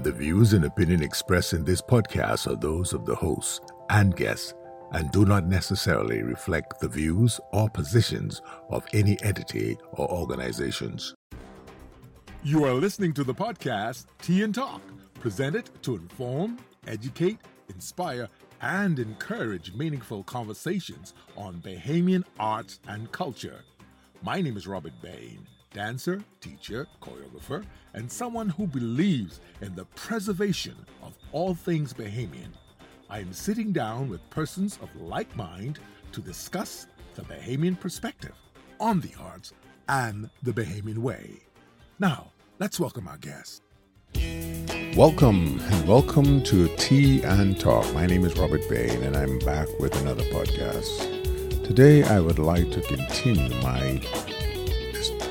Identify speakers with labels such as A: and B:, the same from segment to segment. A: The views and opinion expressed in this podcast are those of the hosts and guests and do not necessarily reflect the views or positions of any entity or organizations. You are listening to the podcast Tea and Talk, presented to inform, educate, inspire, and encourage meaningful conversations on Bahamian arts and culture. My name is Robert Bain, dancer, teacher, choreographer, and someone who believes in the preservation of all things Bahamian. I am sitting down with persons of like mind to discuss the Bahamian perspective on the arts and the Bahamian way. Now, let's welcome our guest. Welcome and welcome to Tea and Talk. My name is Robert Bain and I'm back with another podcast. Today I would like to continue my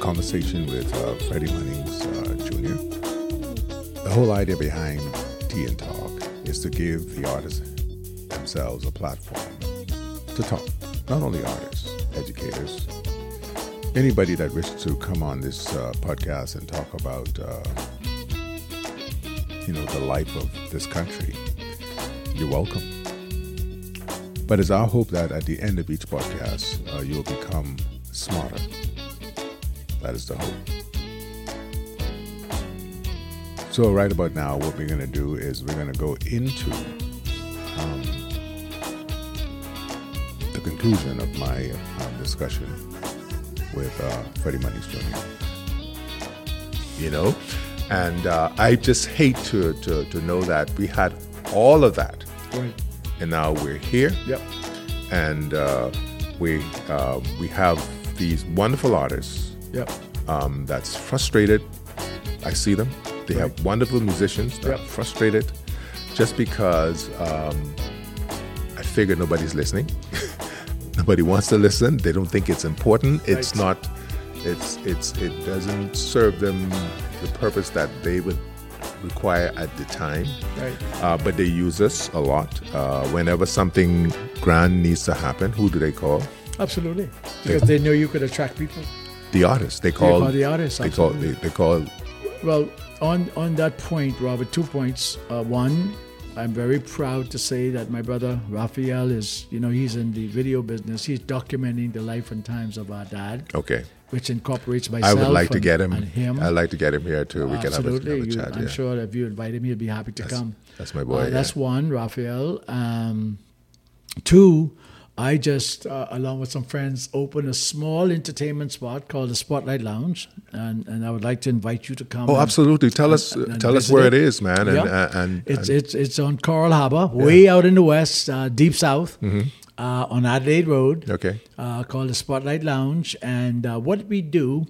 A: conversation with uh, Freddie Munnings uh, Jr. The whole idea behind Tea and Talk is to give the artists themselves a platform to talk. Not only artists, educators, anybody that wishes to come on this uh, podcast and talk about, uh, you know, the life of this country, you're welcome. But it's our hope that at the end of each podcast, uh, you'll become smarter. That is the hope. So, right about now, what we're going to do is we're going to go into um, the conclusion of my um, discussion with uh, Freddie Money's Jr. You know, and uh, I just hate to, to, to know that we had all of that,
B: Right.
A: and now we're here,
B: Yep.
A: and uh, we uh, we have these wonderful artists
B: Yep.
A: um, that's frustrated. I see them. They have wonderful musicians that are
B: Yep.
A: frustrated just because um, I figure nobody's listening. Nobody wants to listen. They don't think it's important. It's
B: Right.
A: not. It's it's it doesn't serve them the purpose that they would require at the time.
B: Right.
A: Uh, but they use us a lot. Uh, whenever something grand needs to happen, who do they call?
B: Absolutely. Because they know you could attract people.
A: The artist. They call,
B: call the artist,
A: They call they,
B: absolutely.
A: they call
B: Well, on on that point, Robert, two points. Uh, one, I'm very proud to say that my brother Raphael is, you know, he's in the video business. He's documenting the life and times of our dad,
A: okay.
B: which incorporates
A: I
B: myself.
A: would like to
B: and-
A: get him.
B: And him.
A: I'd like to get him here too. We can have a,
B: Absolutely.
A: have a
B: You-
A: chat.
B: I'm
A: yeah.
B: sure if you invite him, he'll be happy to come.
A: that's my boy,
B: Uh,
A: yeah.
B: That's one, Raphael. Um, two, I just, uh, along with some friends, opened a small entertainment spot called the Spotlight Lounge, and, and I would like to invite you to come.
A: Oh,
B: and-
A: absolutely. Tell us,
B: and
A: tell us
B: visit
A: where it is, man, and
B: Yeah.
A: uh, and,
B: it's
A: and
B: it's it's on Coral Harbor, way out in the west, uh, deep south, uh, on Adelaide Road.
A: Mm-hmm. Okay.
B: uh, called the Spotlight Lounge, and uh, what we do,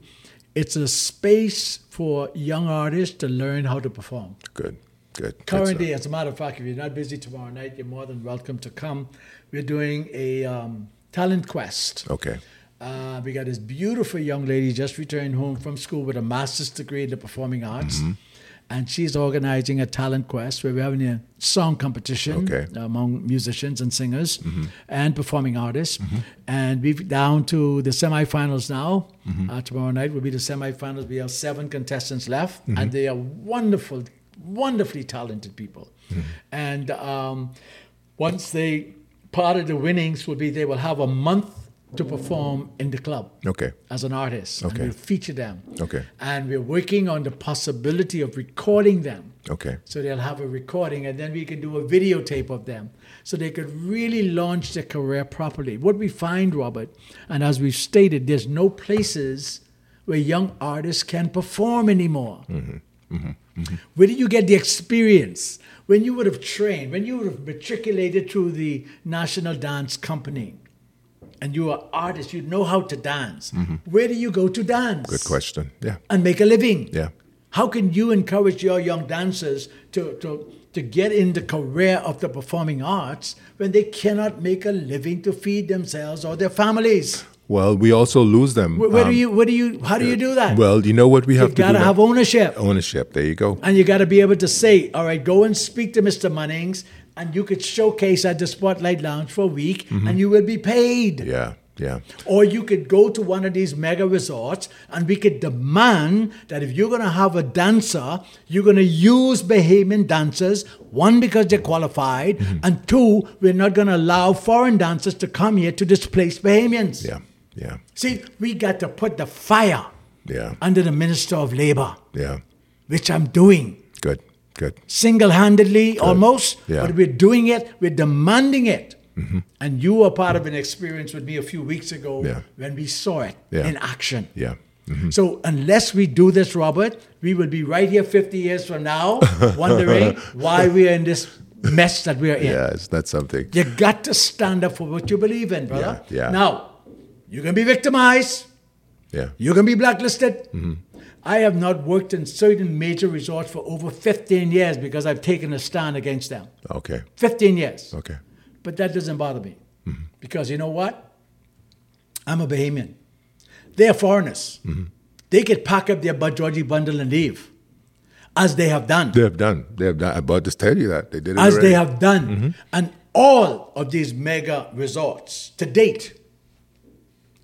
B: it's a space for young artists to learn how to perform.
A: good, good. Good
B: Currently,
A: stuff.
B: as a matter of fact, if you're not busy tomorrow night, you're more than welcome to come. We're doing a um, talent quest.
A: okay.
B: Uh, we got this beautiful young lady just returned home from school with a master's degree in the performing arts. And she's organizing a talent quest where we're having a song competition
A: Okay.
B: among musicians and singers
A: Mm-hmm.
B: and performing artists. And we're down to the semifinals now.
A: Mm-hmm.
B: Uh, tomorrow night will be the semifinals. We have seven contestants left,
A: Mm-hmm.
B: and they are wonderful, wonderfully talented people.
A: Mm-hmm.
B: And um, once they part of the winnings will be they will have a month to perform in the club
A: Okay.
B: as an artist.
A: Okay.
B: And we'll feature them.
A: Okay.
B: And we're working on the possibility of recording them.
A: Okay.
B: So they'll have a recording and then we can do a videotape of them. So they could really launch their career properly. What we find, Robert, and as we've stated, there's no places where young artists can perform anymore.
A: Mm-hmm.
B: Where did you get the experience? When you would have trained, when you would have matriculated through the National Dance Company and you are artist, you know how to dance. Where do you go to dance?
A: Mm-hmm. Good question. Yeah.
B: and make a living.
A: Yeah.
B: How can you encourage your young dancers to, to, to get in the career of the performing arts when they cannot make a living to feed themselves or their families?
A: Well, we also lose them.
B: Where, where
A: um,
B: do you, where do you, how do you do that?
A: Well, you know what we have to
B: you
A: do
B: gotta
A: now?
B: have ownership.
A: ownership. There you go.
B: And you got to be able to say, all right, go and speak to Mr.
A: Mm-hmm.
B: Munnings, and you could showcase at the Spotlight Lounge for a week, and you will be paid.
A: Yeah. Yeah.
B: Or you could go to one of these mega resorts and we could demand that if you're going to have a dancer, you're going to use Bahamian dancers, one, because they're qualified,
A: Mm-hmm.
B: and two, we're not going to allow foreign dancers to come here to displace Bahamians.
A: Yeah. Yeah.
B: See, we got to put the fire
A: Yeah.
B: under the Minister of Labor,
A: Yeah.
B: which I'm doing
A: Good. Good.
B: single handedly almost,
A: Yeah. Mm-hmm.
B: but we're doing it, we're demanding it. And you were part of an experience with me a few weeks ago
A: Yeah.
B: when we saw it
A: Yeah.
B: in action.
A: Yeah. Mm-hmm.
B: So, unless we do this, Robert, we will be right here 50 years from now wondering why we are in this mess that we are in.
A: Yes, that's something.
B: You got to stand up for what you believe in, brother.
A: Yeah, yeah.
B: Now, you can be victimized,
A: Yeah.
B: you can be blacklisted.
A: Mm-hmm.
B: I have not worked in certain major resorts for over 15 years because I've taken a stand against them.
A: Okay.
B: 15 years.
A: Okay.
B: But that doesn't bother me because you know what? I'm a Bahamian. They are foreigners. They could pack up their Bajorji bundle and leave, as they have done.
A: They have done. They have done. I'm about to tell you that they did it
B: as
A: already.
B: they have done. And all of these mega resorts to date,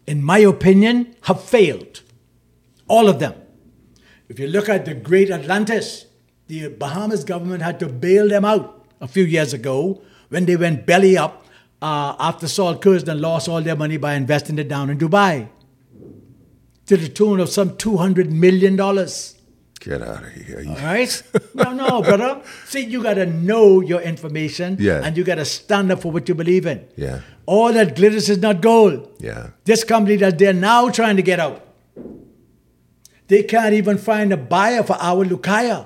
B: in my opinion, have failed. All of them. If you look at the great Atlantis, the Bahamas government had to bail them out a few years ago when they went belly up uh, after Saul Kurzman lost all their money by investing it down in Dubai to the tune of some $200 million.
A: Get out of here. You-
B: All right? No, no, brother. See, you got to know your information
A: Yeah.
B: and you got to stand up for what you believe in.
A: Yeah.
B: All that glitters is not gold.
A: Yeah.
B: This company that they're now trying to get out, they can't even find a buyer for our Lucaya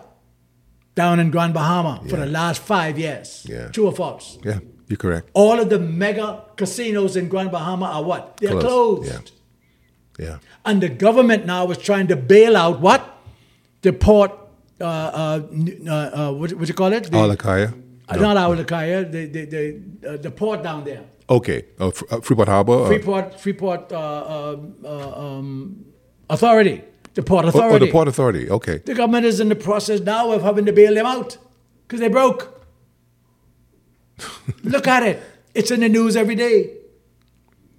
B: down in Grand Bahama for the last five years.
A: Yeah.
B: True or false?
A: Yeah. You're correct.
B: All of the mega casinos in Grand Bahama are what? They're
A: Closed.
B: closed.
A: Yeah. Yeah.
B: And the government now is trying to bail out what? The port, uh, uh, n- uh, uh, what, what you call it? The,
A: Alakaya.
B: uh, Not Aulakaya, the, the, the, uh, the port down there.
A: Okay. Oh, Fre- uh, Freeport Harbor. or-
B: Freeport, Freeport uh, um, uh, um, Authority. The Port
A: Oh,
B: Authority.
A: oh, the Port Authority. Okay.
B: The government is in the process now of having to bail them out because they broke. Look at it. It's in the news every day.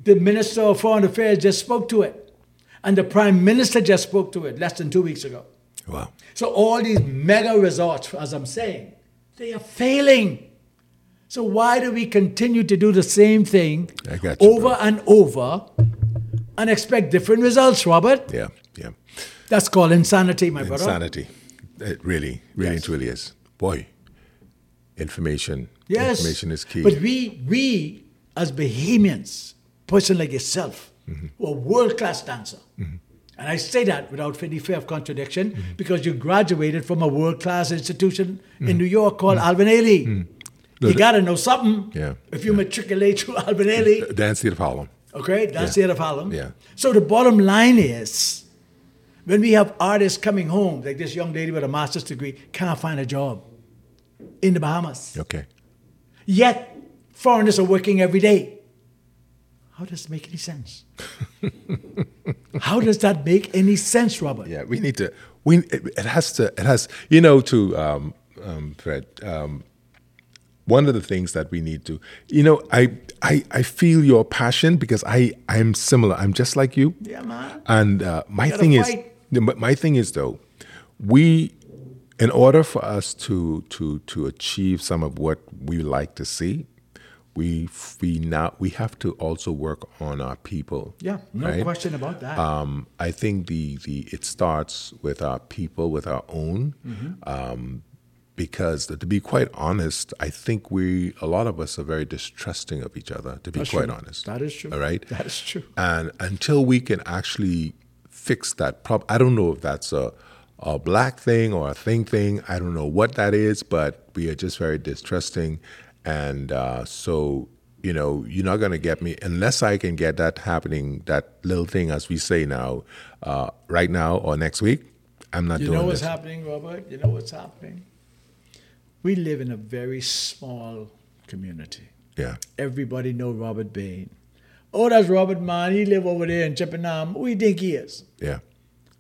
B: The Minister of Foreign Affairs just spoke to it, and the Prime Minister just spoke to it less than two weeks ago.
A: Wow.
B: So, all these mega resorts, as I'm saying, they are failing. So, why do we continue to do the same thing
A: I got you,
B: over
A: bro.
B: and over and expect different results, Robert?
A: Yeah. Yeah.
B: That's called insanity, my brother.
A: Insanity. It really, really, and truly is. Boy. Information.
B: Yes.
A: Information is key.
B: But we, we as Bahamians, person like yourself,
A: Mm-hmm.
B: who are world class dancer, and I say that without any fear of contradiction
A: Mm-hmm.
B: because you graduated from a world class institution in New York called Alvin Ailey. You
A: that-
B: got to know something
A: Mm-hmm. Yeah,
B: if you matriculate through Alvin Ailey.
A: That's the problem.
B: Okay, that's the other problem.
A: Yeah.
B: So the bottom line is, when we have artists coming home, like this young lady with a master's degree, can't find a job in the Bahamas.
A: Okay.
B: Yet foreigners are working every day. How does it make any sense? How does that make any sense, Robert?
A: Yeah, we need to. We it, it has to. It has. You know, to um, um, Fred. Um, one of the things that we need to. You know, I I I feel your passion because I I'm similar. I'm just like you.
B: Yeah, man.
A: And uh, my
B: gotta
A: thing
B: fight.
A: is, my, my thing is though, we, in order for us to to to achieve some of what we like to see, we we now we have to also work on our people.
B: Yeah, no
A: right?
B: question about that.
A: Um, I think the the it starts with our people, with our own,
B: Mm-hmm.
A: um, because to be quite honest, I think we a lot of us are very distrusting of each other. To be quite
B: true.
A: honest,
B: That is true.
A: All right,
B: That is true.
A: And until we can actually fix that problem, I don't know if that's a a black thing or a thing thing. I don't know what that is, but we are just very distrusting, and uh, so you know you're not going to get me unless I can get that happening, that little thing as we say now, uh, right now or next week. I'm not
B: You
A: doing
B: know what's
A: this.
B: happening, Robert? You know what's happening? We live in a very small community.
A: yeah,
B: Everybody know Robert Bain. Oh, that's Robert man. He live over there in Chippenham. Who you think he is?
A: yeah,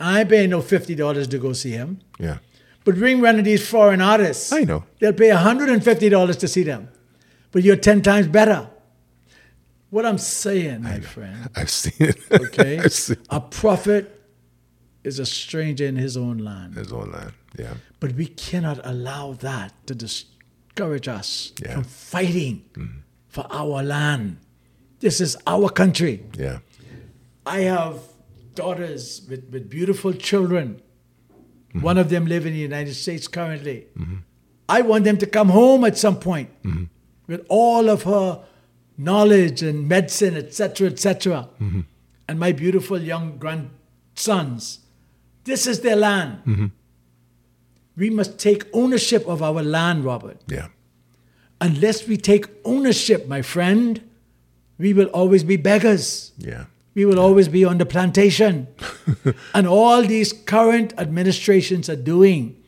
B: I ain't paying no fifty dollars to go see him.
A: yeah.
B: But ring one of these foreign artists.
A: I know.
B: They'll pay hundred and fifty dollars to see them. But you're ten times better. What I'm saying, my friend,
A: I've seen it.
B: okay?
A: I've seen
B: a prophet is a stranger in his own land.
A: it's online. Yeah.
B: But we cannot allow that to discourage us
A: Yeah. Mm.
B: from fighting for our land. This is our country.
A: Yeah.
B: I have daughters with, with beautiful children. One of them live in the United States currently. Mm-hmm. I want them to come home at some point with all of her knowledge and medicine, etc., etc. And my beautiful young grandsons. This is their land. We must take ownership of our land, Robert.
A: Yeah.
B: Unless we take ownership, my friend, we will always be beggars
A: Yeah.
B: we will always be on the plantation. and all these current administrations are doing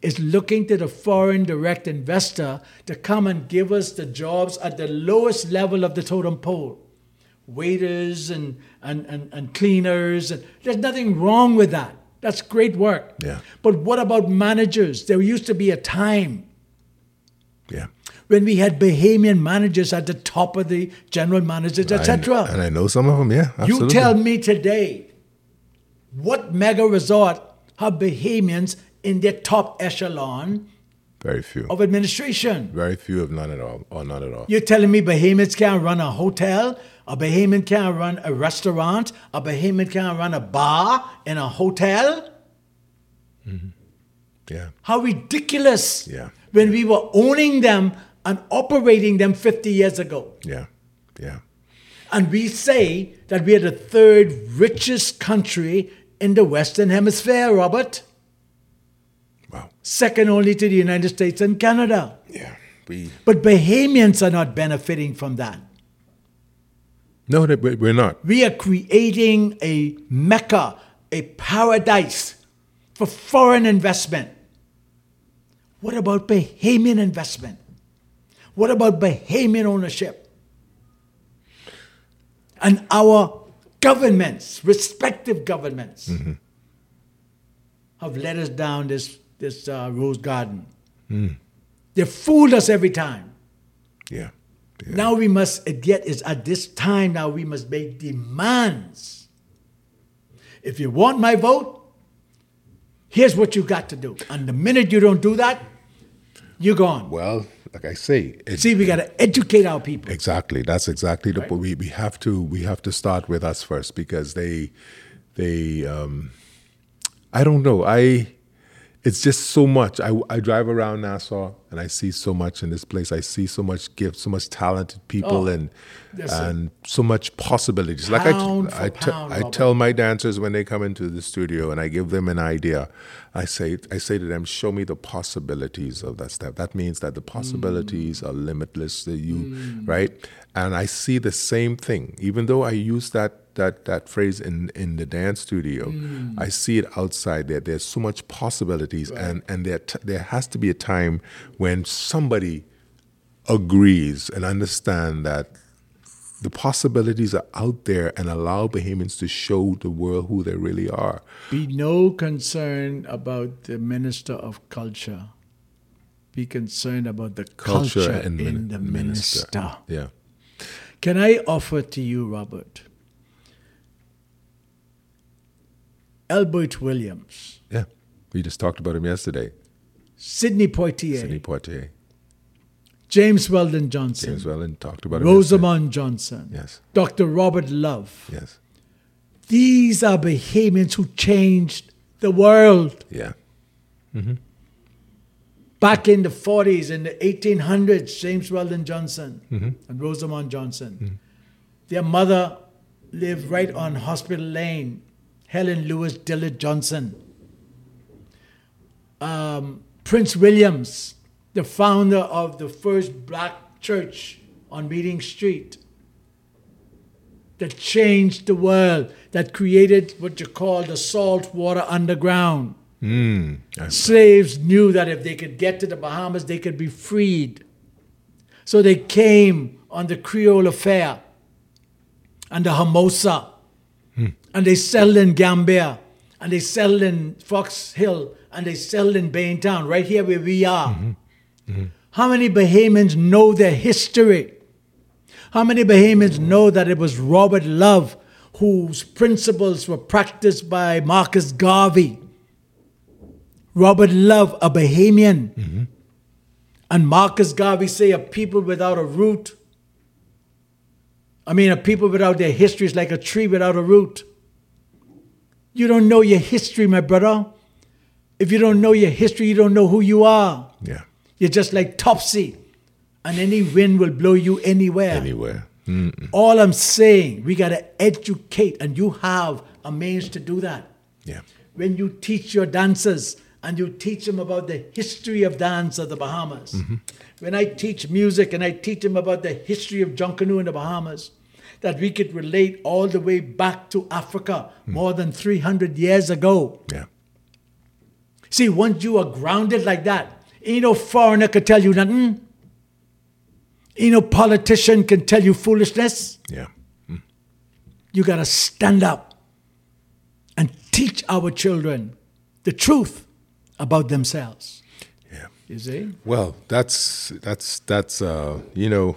B: is looking to the foreign direct investor to come and give us the jobs at the lowest level of the totem pole waiters and, and, and, and cleaners. And there's nothing wrong with that. That's great work.
A: Yeah.
B: But what about managers? There used to be a time
A: Yeah.
B: when we had Bahamian managers at the top of the general managers,
A: I-
B: etc.
A: And I know some of them. Yeah. Absolutely.
B: You tell me today what mega resort have Bahamians in their top echelon
A: Very few.
B: of administration?
A: Very few, if none at all, or none at all.
B: You're telling me Bahamians can't run a hotel, a Bahamian can't run a restaurant, a Bahamian can't run a bar in a hotel?
A: Yeah.
B: How ridiculous
A: Yeah.
B: when we were owning them and operating them 50 years ago.
A: Yeah. Yeah.
B: And we say that we are the third richest country in the Western Hemisphere, Robert.
A: Wow.
B: second only to the United States and Canada.
A: Yeah. We.
B: But Bahamians are not benefiting from that.
A: No, that we- we're not.
B: We are creating a mecca, a paradise for foreign investment. What about Bahamian investment? What about Bahamian ownership? And our governments, respective governments, have led us down this, this uh, rose garden. They fooled us every time.
A: Yeah. Yeah.
B: Now we must get is at this time now we must make demands. If you want my vote, here's what you got to do. And the minute you don't do that, you're gone.
A: Well, like I say, it's
B: See, we got to educate our people.
A: exactly. That's exactly the point. We, we have to we have to start with us first because they they um, I don't know. I it's just so much. I, I drive around Nassau and I see so much in this place. I see so much gift, so much talented people, and
B: Oh, yes, sir.
A: and so much possibilities.
B: Pound
A: like
B: for
A: I, I, te-
B: pound,
A: I
B: Robert.
A: tell my dancers when they come into the studio and I give them an idea, I say I say to them, show me the possibilities of that step. That means that the possibilities are limitless. That you right, and I see the same thing. Even though I use that that that phrase in in the dance studio, I see it outside there. There's so much possibilities, and and there t- there has to be a time when somebody agrees and understand that the possibilities are out there and allow Bahamians to show the world who they really are.
B: Be no concern about the minister of culture. Be concerned about the culture, in
A: min-
B: the minister.
A: Yeah.
B: Can I offer to you, Robert, Albert Williams,
A: Yeah. We just talked about him yesterday.
B: Sidney Poitier,
A: Sidney Poitier.
B: James Weldon Johnson,
A: James Welland talked about him. yesterday.
B: Rosamond Johnson,
A: Yes.
B: Dr. Robert Love.
A: Yes.
B: These are Bahamians who changed the world
A: Yeah.
B: back in the 40s, in the 1800s. James Weldon Johnson and Rosamond Johnson. Their mother lived right on Hospital Lane, Helen Lewis Dillard Johnson. um, Prince Williams, the founder of the first black church on Meeting Street, that changed the world, that created what you call the saltwater underground. Slaves knew that if they could get to the Bahamas, they could be freed. So they came on the Creole affair and the Hermosa and they settled in Gambia, and they settled in Fox Hill, and they settled in Baintown, right here where we are. How many Bahamians know their history? How many Bahamians know that it was Robert Love whose principles were practiced by Marcus Garvey? Robert Love, a Bahamian. And Marcus Garvey say a people without a root. I mean, a people without their history is like a tree without a root. You don't know your history, my brother. If you don't know your history, you don't know who you are.
A: Yeah.
B: You're just like Topsy, and any wind will blow you anywhere.
A: Anywhere. Hmm.
B: All I'm saying, we got to educate, and you have a means to do that.
A: Yeah.
B: When you teach your dancers and you teach them about the history of dance of the Bahamas, when I teach music and I teach them about the history of Junkanoo in the Bahamas, that we could relate all the way back to Africa more than 300 years ago.
A: Yeah.
B: See, once you are grounded like that, ain't no foreigner can tell you nothing. Ain't no politician can tell you foolishness.
A: Yeah.
B: You gotta stand up and teach our children the truth about themselves.
A: Yeah.
B: You see?
A: Well, that's that's that's uh, you know,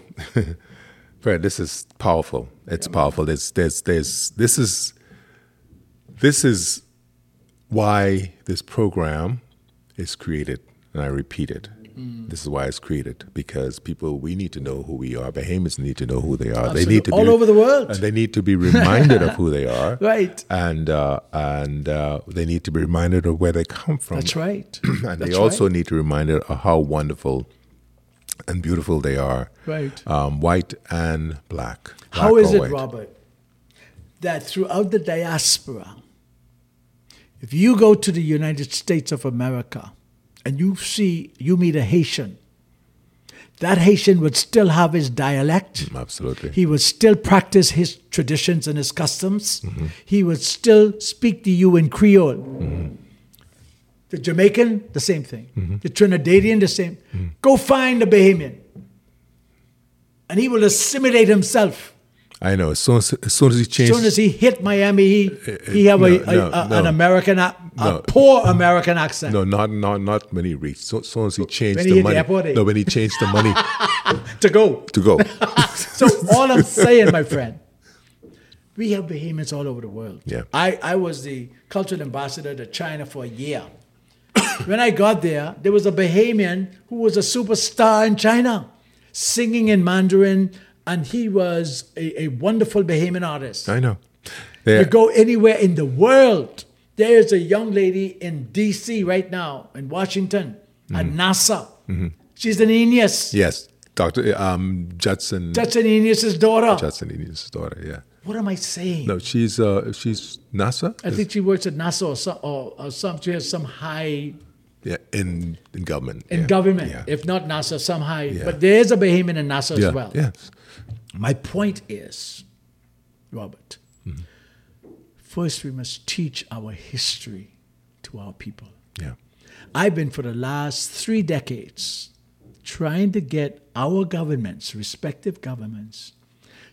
A: Fred. This is powerful. It's powerful. There's there's there's this is this is why this program is created, and I repeat it.
B: Mm.
A: This is why it's created because people we need to know who we are. Bahamians need to know who they are. They
B: Absolute-
A: need to
B: all
A: be,
B: over the world.
A: and they need to be reminded of who they are.
B: Right.
A: and uh, and uh, they need to be reminded of where they come from
B: That's right.
A: and
B: That's
A: they also
B: right.
A: need to remind it of how wonderful and beautiful they are,
B: Right.
A: um, white and black.
B: How
A: black
B: is
A: or
B: it,
A: white.
B: Robert, that throughout the diaspora, if you go to the United States of America and you see, you meet a Haitian, that Haitian would still have his dialect.
A: Absolutely.
B: He would still practice his traditions and his customs.
A: Mm-hmm.
B: He would still speak to you in Creole.
A: Mm-hmm.
B: The Jamaican, the same thing. The Trinidadian, the same.
A: Mm-hmm.
B: Go find a Bahamian. And he will assimilate himself.
A: I know. As soon as, as soon as he
B: As
A: changed,
B: soon as he hit Miami, he, he have
A: Uh, no,
B: a, a-
A: no,
B: a-
A: no.
B: an American, a, a
A: No.
B: poor American accent.
A: no, not not not when he reached. So, soon as he changed
B: When he
A: the
B: hit the
A: money,
B: airport, eh?
A: no, when he changed the money
B: To go.
A: to go.
B: So all I'm saying, my friend, we have Bahamians all over the world.
A: Yeah.
B: I, I was the cultural ambassador to China for a year. when I got there, there was a Bahamian who was a superstar in China, singing in Mandarin, and he was a, a wonderful Bahamian artist.
A: I know. They-
B: You go anywhere in the world. There's a young lady in DC right now, in Washington, at NASA. She's an Aeneas.
A: yes, Doctor um, Judson.
B: That's an Aeneas's daughter.
A: Judson, his daughter. Yeah.
B: what am I saying?
A: No, she's uh, she's NASA.
B: I think she works at NASA or some, or, or some she has some high
A: yeah, in in government.
B: in
A: yeah.
B: government,
A: Yeah.
B: if not NASA, some high. But there is a Bahamian in NASA
A: yeah.
B: as well.
A: Yes.
B: My point is, Robert,
A: Mm-hmm.
B: first we must teach our history to our people.
A: Yeah.
B: I've been for the last three decades trying to get our governments, respective governments,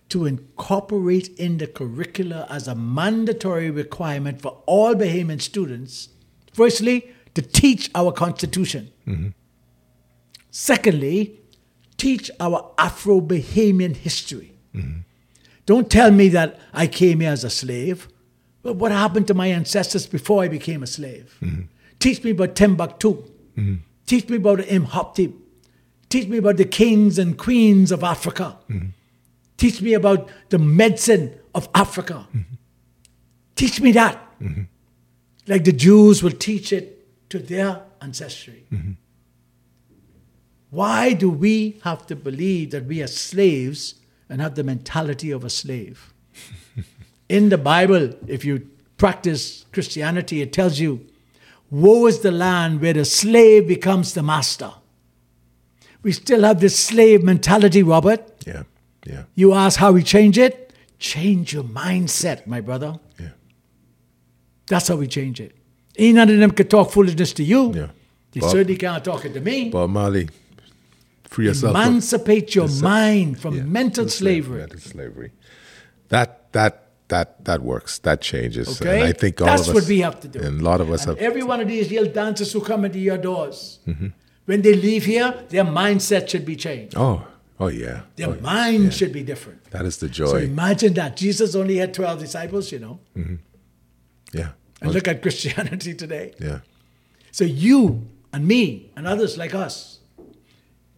B: to incorporate in the curricula as a mandatory requirement for all Bahamian students, firstly, to teach our constitution. Secondly, teach our Afro Bahamian history. Don't tell me that I came here as a slave. But what happened to my ancestors before I became a slave? Teach me about Timbuktu. Teach me about Imhotep. Teach me about the kings and queens of Africa. Teach me about the medicine of Africa. Teach me that. Like the Jews will teach it to their ancestry. Why do we have to believe that we are slaves and have the mentality of a slave? In the Bible, if you practice Christianity, it tells you, Woe is the land where the slave becomes the master. We still have this slave mentality, Robert.
A: Yeah. Yeah.
B: You ask how we change it? Change your mindset, my brother.
A: Yeah.
B: That's how we change it. Ain't none of them can talk foolishness to you.
A: Yeah.
B: They
A: Bob-
B: certainly can't talk it to me.
A: Bob Marley, free yourself. from-
B: Emancipate your mind from
A: Yeah,
B: mental
A: from
B: slavery.
A: Mental slavery. That that that that works. That changes.
B: Okay,
A: And I think all
B: that's
A: of us,
B: what we have to do.
A: And a lot of us
B: And
A: have. Mm-hmm.
B: every one of these little dancers who come into your doors, when they leave here, their mindset should be changed.
A: oh Oh, yeah.
B: Their
A: Oh, yeah.
B: mind should be different.
A: That is the
B: So
A: joy.
B: imagine that. Jesus only had 12 disciples, you know.
A: yeah.
B: And look at Christianity today.
A: yeah.
B: So you and me and others like us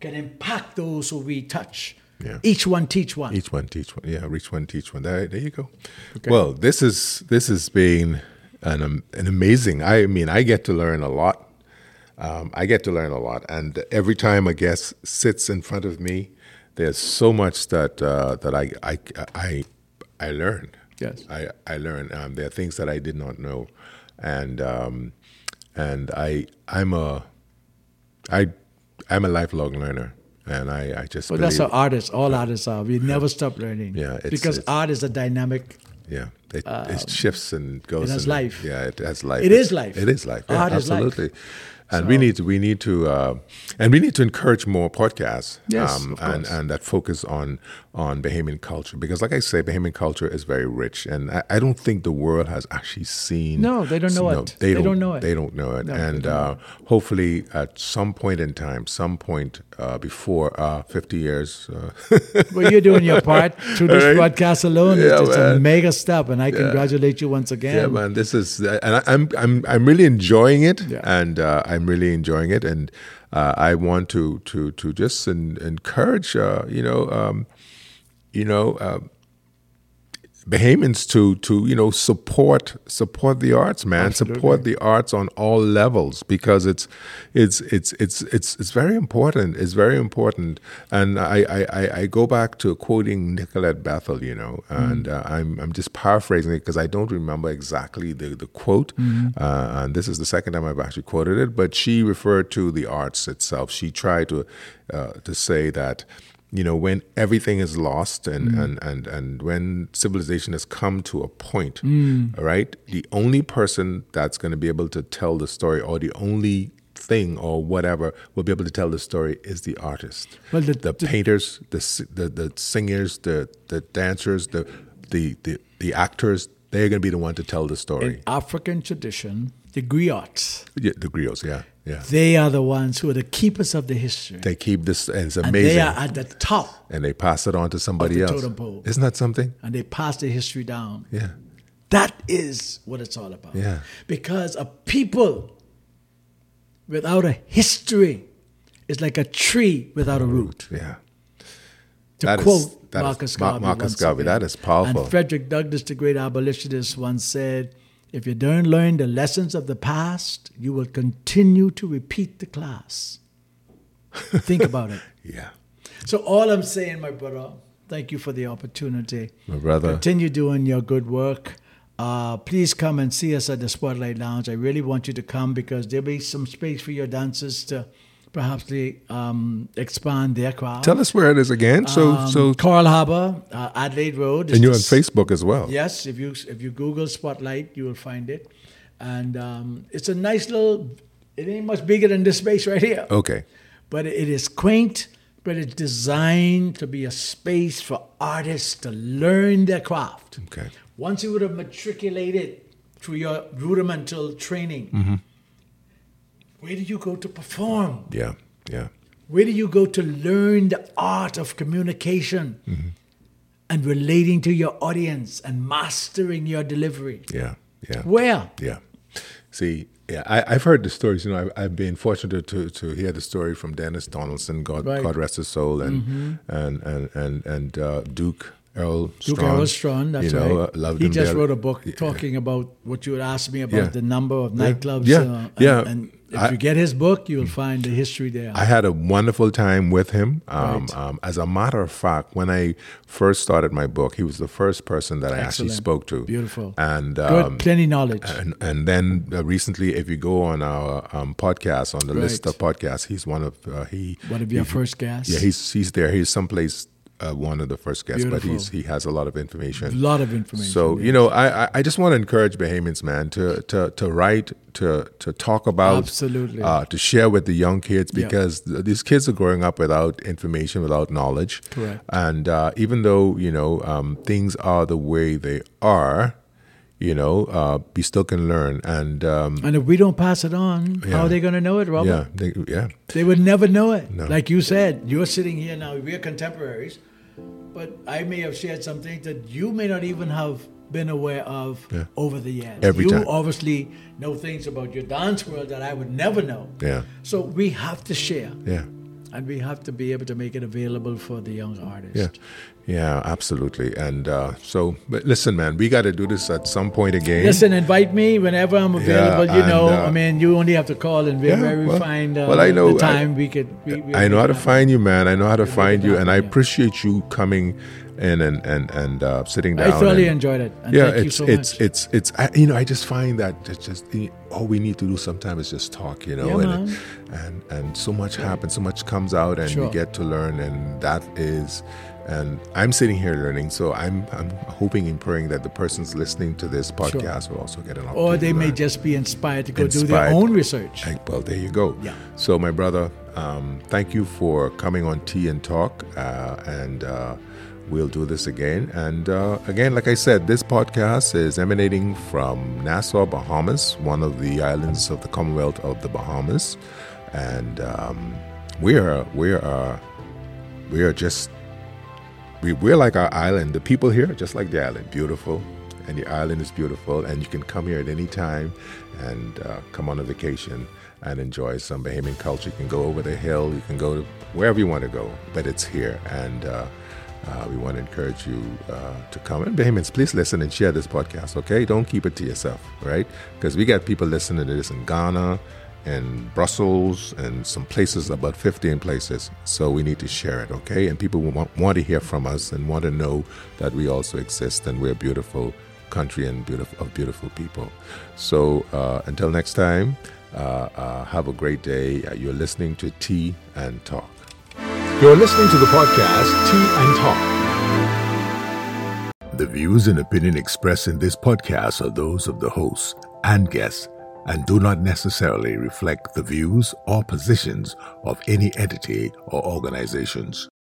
B: can impact those who we touch.
A: Yeah.
B: Each one teach one.
A: Each one teach one. Yeah, reach one, teach one. There, there you go. Well, this is this has been an um, an amazing. I mean, I get to learn a lot. Um, I get to learn a lot, and every time a guest sits in front of me, there's so much that uh, that I I I I learn.
B: Yes.
A: I I learn. Um, there are things that I did not know, and um, and I I'm a I I'm a lifelong learner, and I I just
B: But that's
A: believe-
B: how artists, all artists are. We never stop learning.
A: Yeah, it's-
B: because
A: it's-
B: art is a dynamic.
A: Yeah, it, it shifts and goes.
B: Um, it has
A: and-
B: life.
A: Yeah, it has life.
B: It is life.
A: It is life. Yeah,
B: Art is life.
A: absolutely. And we need to, we need to, uh, and we need to encourage more podcasts. um,
B: Yes, of
A: and,
B: course.
A: and that focus on on Bahamian culture because, like I say, Bahamian culture is very rich, and I, I don't think the world has actually seen.
B: No, they don't know it. They don't know it.
A: They don't know it.
B: No, they
A: and
B: don't
A: uh, hopefully, at some point in time, some point uh, before uh, fifty years. Uh,
B: Well, you're doing your part through this
A: Right.
B: broadcast alone.
A: Yeah,
B: it's it's a
A: man.
B: mega step, and I congratulate you once again.
A: Yeah, man, this is, and I, I'm, I'm, I'm really enjoying it,
B: Yeah.
A: and uh, I'm really enjoying it, and uh, I want to, to, to just en- encourage, uh, you know, um, you know, uh, Bahamians to, to, you know, support, support the arts, man, support the arts on all levels because it's, it's, it's, it's, it's, it's very important. It's very important, and I, I, I, I go back to quoting Nicolette Bethel, you know, and uh, I'm, I'm just paraphrasing it because I don't remember exactly the, the quote. Uh, and this is the second time I've actually quoted it, but she referred to the arts itself. She tried to uh, to say that you know when everything is lost and
B: Mm.
A: and, and and when civilization has come to a point,
B: Mm.
A: all right, the only person that's going to be able to tell the story or the only thing or whatever will be able to tell the story is the artist
B: Well, the-
A: the painters, the si- the, the singers, the the dancers, the the the, the actors. They're going to be the one to tell the story.
B: In African tradition, the griots,
A: yeah, the griots, yeah, yeah.
B: they are the ones who are the keepers of the history.
A: They keep this, and it's
B: and
A: amazing,
B: they are at the top,
A: and they pass it on to somebody
B: the
A: else.
B: totem pole.
A: Isn't that something?
B: and they pass the history down.
A: Yeah,
B: That is what it's all about.
A: Yeah.
B: Because a people without a history is like a tree without a root.
A: yeah.
B: To
A: That is-
B: quote
A: that is
B: Marcus
A: Ma-
B: Garvey.
A: Marcus
B: once
A: Garvey,
B: again.
A: that is powerful.
B: And Frederick Douglass, the great abolitionist, once said, If you don't learn the lessons of the past, you will continue to repeat the class. Think about it.
A: Yeah,
B: So, all I'm saying, my brother, thank you for the opportunity.
A: my brother.
B: Continue doing your good work. Uh, please come and see us at the Spotlight Lounge. I really want you to come because there'll be some space for your dancers to perhaps um, expand their craft.
A: Tell us where it is again. So,
B: Um,
A: so,
B: Coral Harbor, uh, Adelaide Road.
A: and you're on
B: It's-
A: Facebook as well.
B: Yes, if you if you Google Spotlight, you will find it, and um, it's a nice little. It ain't much bigger than this space right here,
A: Okay.
B: but it is quaint. But it's designed to be a space for artists to learn their craft.
A: Okay.
B: Once you would have matriculated through your rudimental training, where do you go to perform?
A: Yeah. Yeah.
B: Where do you go to learn the art of communication and relating to your audience and mastering your delivery?
A: Yeah. Yeah.
B: Where?
A: Yeah. See, yeah, I, I've heard the stories. You know, I've, I've been fortunate to, to hear the story from Dennis Donaldson, God,
B: Right. Mm-hmm.
A: God rest his soul, and and and and, and uh, Duke Earl
B: Duke
A: Strong.
B: Armstrong, that's
A: you know,
B: right.
A: uh, loved
B: he
A: him
B: just
A: there.
B: wrote a book talking about what you would ask me about
A: Yeah.
B: the number of nightclubs.
A: Yeah.
B: uh, and,
A: Yeah.
B: and if
A: I-
B: you get his book, you'll find the history there.
A: I had a wonderful time with him. Um, um, as a matter of fact, when I first started my book, he was the first person that I actually
B: Excellent.
A: spoke to.
B: Beautiful.
A: And
B: Good,
A: um,
B: plenty knowledge.
A: and and then uh, recently, if you go on our um, podcast, on the list
B: Right.
A: of podcasts, he's one of uh, he.
B: One of your
A: he-
B: first guests.
A: Yeah, he's he's there. He's someplace. Uh, one of the first guests, but
B: Beautiful.
A: he's he has a lot of
B: a
A: information.
B: lot of information.
A: So you know, I I- I just want to encourage Bahamians, man, to to to write, to to talk about,
B: Absolutely.
A: uh, to share with the young kids
B: Yeah.
A: because th- these kids are growing up without information, without knowledge.
B: Correct.
A: And uh, even though you know um, things are the way they are, You know, uh, you still can learn, and um,
B: And if we don't pass it on, how
A: Yeah.
B: are they going to know it, Robert?
A: yeah, they, yeah,
B: They would never know it.
A: No.
B: Like you said, you're sitting here now, we're contemporaries, but I may have shared something that you may not even have been aware of
A: Yeah.
B: over the years.
A: Every
B: you
A: time.
B: obviously know things about your dance world that I would never know.
A: Yeah.
B: So we have to share
A: yeah.
B: and we have to be able to make it available for the young artist.
A: Yeah, yeah, absolutely. And uh, so, but listen, man, we got to do this at some point again.
B: Listen, invite me whenever I'm available. you
A: and,
B: know,
A: uh,
B: I mean, you only have to call and we
A: Yeah,
B: where we
A: well-
B: find uh,
A: well, I know-
B: the
A: I-
B: time we could. We, we
A: I know how to find you, man. I know how to
B: it
A: find you, and I
B: happen, yeah.
A: appreciate you coming in and and and uh, sitting
B: I
A: down.
B: thoroughly
A: and-
B: enjoyed it. And
A: yeah,
B: thank
A: it's
B: you so
A: it's,
B: much.
A: it's it's I, you know I just find that it's just the- all we need to do sometimes is just talk, you know,
B: Yeah,
A: and,
B: man.
A: and and so much happens, so much comes out, and
B: Sure.
A: you get to learn, and that is, and I'm sitting here learning, so I'm I'm hoping and praying that the persons listening to this podcast will also get an opportunity.
B: or they
A: to
B: may
A: learn.
B: just be inspired to go do
A: Inspired.
B: their own research.
A: Like, well, there you go.
B: Yeah.
A: So, my brother, um, thank you for coming on Tea and Talk, uh, and uh, we'll do this again. And uh, again, like I said, this podcast is emanating from Nassau, Bahamas, one of the islands of the Commonwealth of the Bahamas, and um, we are we are we are just we, we're like our island. The people here are just like the island, beautiful. And the island is beautiful, and you can come here at any time and uh, come on a vacation and enjoy some Bahamian culture. You can go over the hill, you can go to wherever you want to go, but it's here. And uh, uh, we want to encourage you uh, to come. And Bahamians, please listen and share this podcast, okay? Don't keep it to yourself, right? Because we got people listening to this in Ghana and Brussels and some places, about 15 places. So we need to share it, okay? And people want, want to hear from us and want to know that we also exist and we're a beautiful country and beautiful, of beautiful people. So uh, until next time, uh, uh, have a great day. Uh, you're listening to Tea and Talk. You're listening to the podcast Tea and Talk.
C: The views and opinion expressed in this podcast are those of the hosts and guests and do not necessarily reflect the views or positions of any entity or organizations.